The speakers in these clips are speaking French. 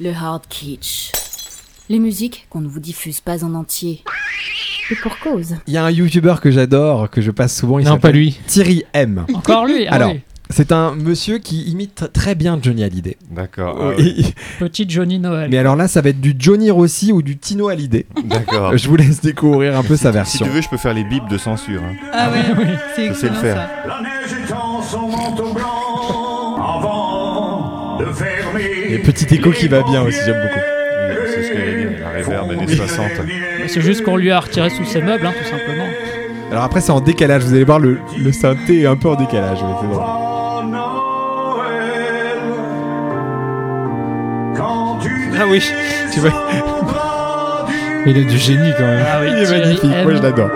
le hard kitsch. Les musiques qu'on ne vous diffuse pas en entier. Et pour cause. Il y a un YouTuber que j'adore, que je passe souvent. Il Non, s'appelle pas lui. Thierry M. Encore lui. ah Alors, oui. C'est un monsieur qui imite tr- très bien Johnny Hallyday. D'accord. ah Et- petit Johnny Noël. Mais alors là, ça va être du Johnny Rossi ou du Tino Hallyday. Ah oui, D'accord. Euh, Je vous laisse découvrir un peu sa Si version. tu veux, je peux faire les bips de censure. hein. Ah ouais, c'est Je sais le excellent faire. ça. La neige étend son manteau blanc avant de fermer. Et petit écho qui va bien aussi, j'aime beaucoup. C'est ce que j'allais dire, la réverb années 60. Mais C'est juste qu'on lui a retiré sous ses meubles, hein, tout simplement. Alors après, c'est en décalage. Vous allez voir, le, le synthé est un peu en décalage. mais c'est drôle. Oh, Noël, quand tu Ah oui, tu vois. descendras du Il a du génie quand même. Ah oui, Il est Thierry magnifique. M. Moi, je l'adore.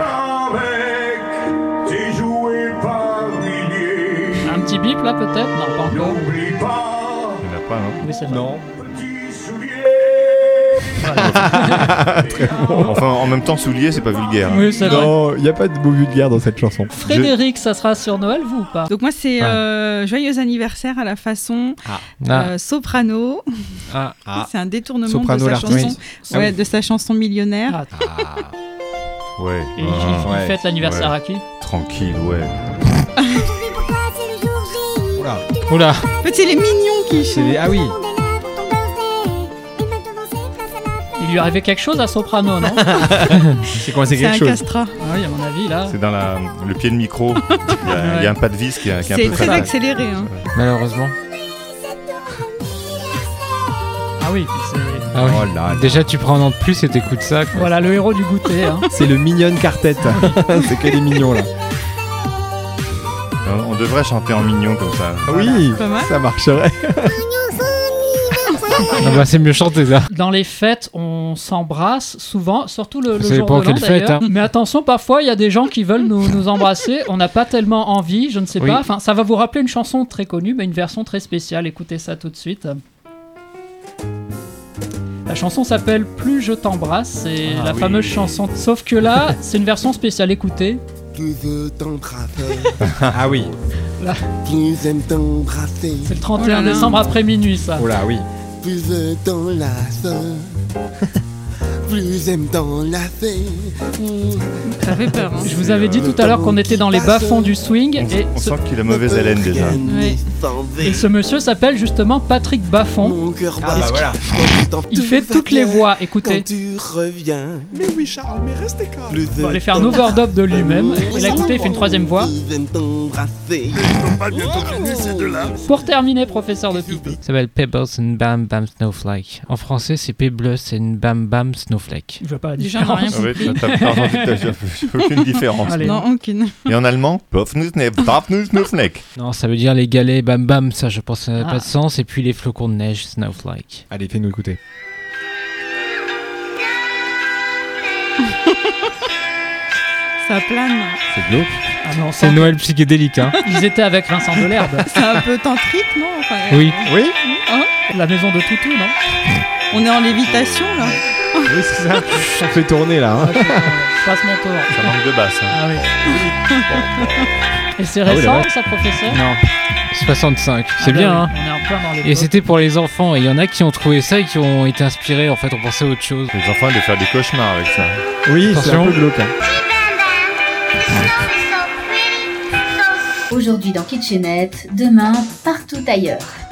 avec tes jouets par milliers. Un petit bip là peut-être Non, pas encore. N'oublie pas, Il n'y en a pas, hein. non Oui, c'est vrai. Non. petit soulier. Enfin, en même temps, soulier, c'est pas vulgaire. hein. Oui, c'est vrai. Non, il n'y a pas de mot vulgaire dans cette chanson. Frédéric, ça sera sur Noël, vous ou pas Donc moi c'est Ah. euh, joyeux anniversaire à la façon Ah, euh, soprano. ah, Ah. C'est un détournement Soprano, de sa l'artiste. chanson, Ah ouais, oui. de sa chanson millionnaire. Ah, Ouais. Et il- il Ah, ouais. fête l'anniversaire Ouais. à qui Tranquille, ouais. Oula. oula, En fait c'est les mignons qui C'est chantent. les- Ah oui. Il lui arrivait quelque chose à Soprano, non c'est quoi, c'est C'est un quelque chose castrat. Ah Oui, à mon avis, là. C'est dans la, le pied de micro. Il y, a- il y a un pas de vis qui est, qui est C'est un peu très fade. accéléré. hein. Malheureusement. Ah oui, c'est. Ah ouais. Oh là là. Déjà, tu prends un an de plus et t'écoutes ça. quoi. Voilà, le héros du goûter. Hein. C'est le mignonne quartet. c'est que les mignons là. On on devrait chanter en mignon comme ça. Oui, Pas mal. ça marcherait. Ah bah, c'est mieux chanter ça. Dans les fêtes, on s'embrasse souvent, surtout le, le Ça jour dépend de l'an quelle fête, d'ailleurs. hein. Mais attention, parfois, il y a des gens qui veulent nous, nous embrasser. On n'a pas tellement envie, je ne sais Oui. pas. Enfin, ça va vous rappeler une chanson très connue, mais une version très spéciale. Écoutez ça tout de suite. La chanson s'appelle Plus je t'embrasse, c'est Ah la fameuse chanson. Sauf que là, c'est une version spéciale. Écoutez, Plus je t'embrasser, Ah oui. plus j'aime t'embrasser, c'est le Oh 31 là là. décembre après minuit, ça. Oh là, oui. plus je t'enlace, plus j'aime t'enlacer. Ça fait peur. hein. Je vous avais dit Euh, tout à l'heure qu'on était dans les bas-fonds du swing On, et on ce, sent qu'il a mauvaise haleine déjà. Ouais. et ce monsieur s'appelle justement Patrick Baffon. Mon cœur Ah bat, bah voilà. quand tu Il fait toutes les voix, écoutez. Quand tu reviens, mais oui Charles, mais restez calme. Plus On va aller faire un overdub de lui-même. Et là, écoutez, il fait une troisième voix. Plus j'aime t'embrasser. Pour terminer, professeur de pipe. Ça s'appelle Pebbles and Bam Bam Snowflake. En français, c'est Pebbles and Bam Bam Snowflake. Je vois pas la Déjà, on a différence. rien Ah ouais, t'as- t'as pas entendu, t'as- j'ai aucune différence. Allez. Non, aucune. Et en allemand, Pofnusnef, Pofnusnefneck. Non, ça veut dire les galets Bam Bam, ça je pense que ça n'a Ah. pas de sens. Et puis les flocons de neige Snowflake. Allez, fais-nous écouter. Ça plane. C'est glauque. Ah non, C'est sans- Noël psychédélique, hein Ils étaient avec Vincent Delerbe. C'est un peu tantrique, non Enfin, Oui. Oui, La maison de Toutou, non On est en lévitation là. oui c'est ça. Ça fait tourner là. hein. Je passe mon tour. Ça manque de basse. hein. Ah oui. Et c'est Ah oui, la récent, vache. ça, professeur Non, 65. C'est Ah bah oui, bien, hein On est en plein dans les. Et c'était pour les enfants. Et il y en a qui ont trouvé ça et qui ont été inspirés. En fait, on pensait à autre chose. Les enfants ils doivent faire des cauchemars avec ça. Oui, c'est un Attention. peu glauque. hein. Aujourd'hui dans Kitchenette, demain partout ailleurs.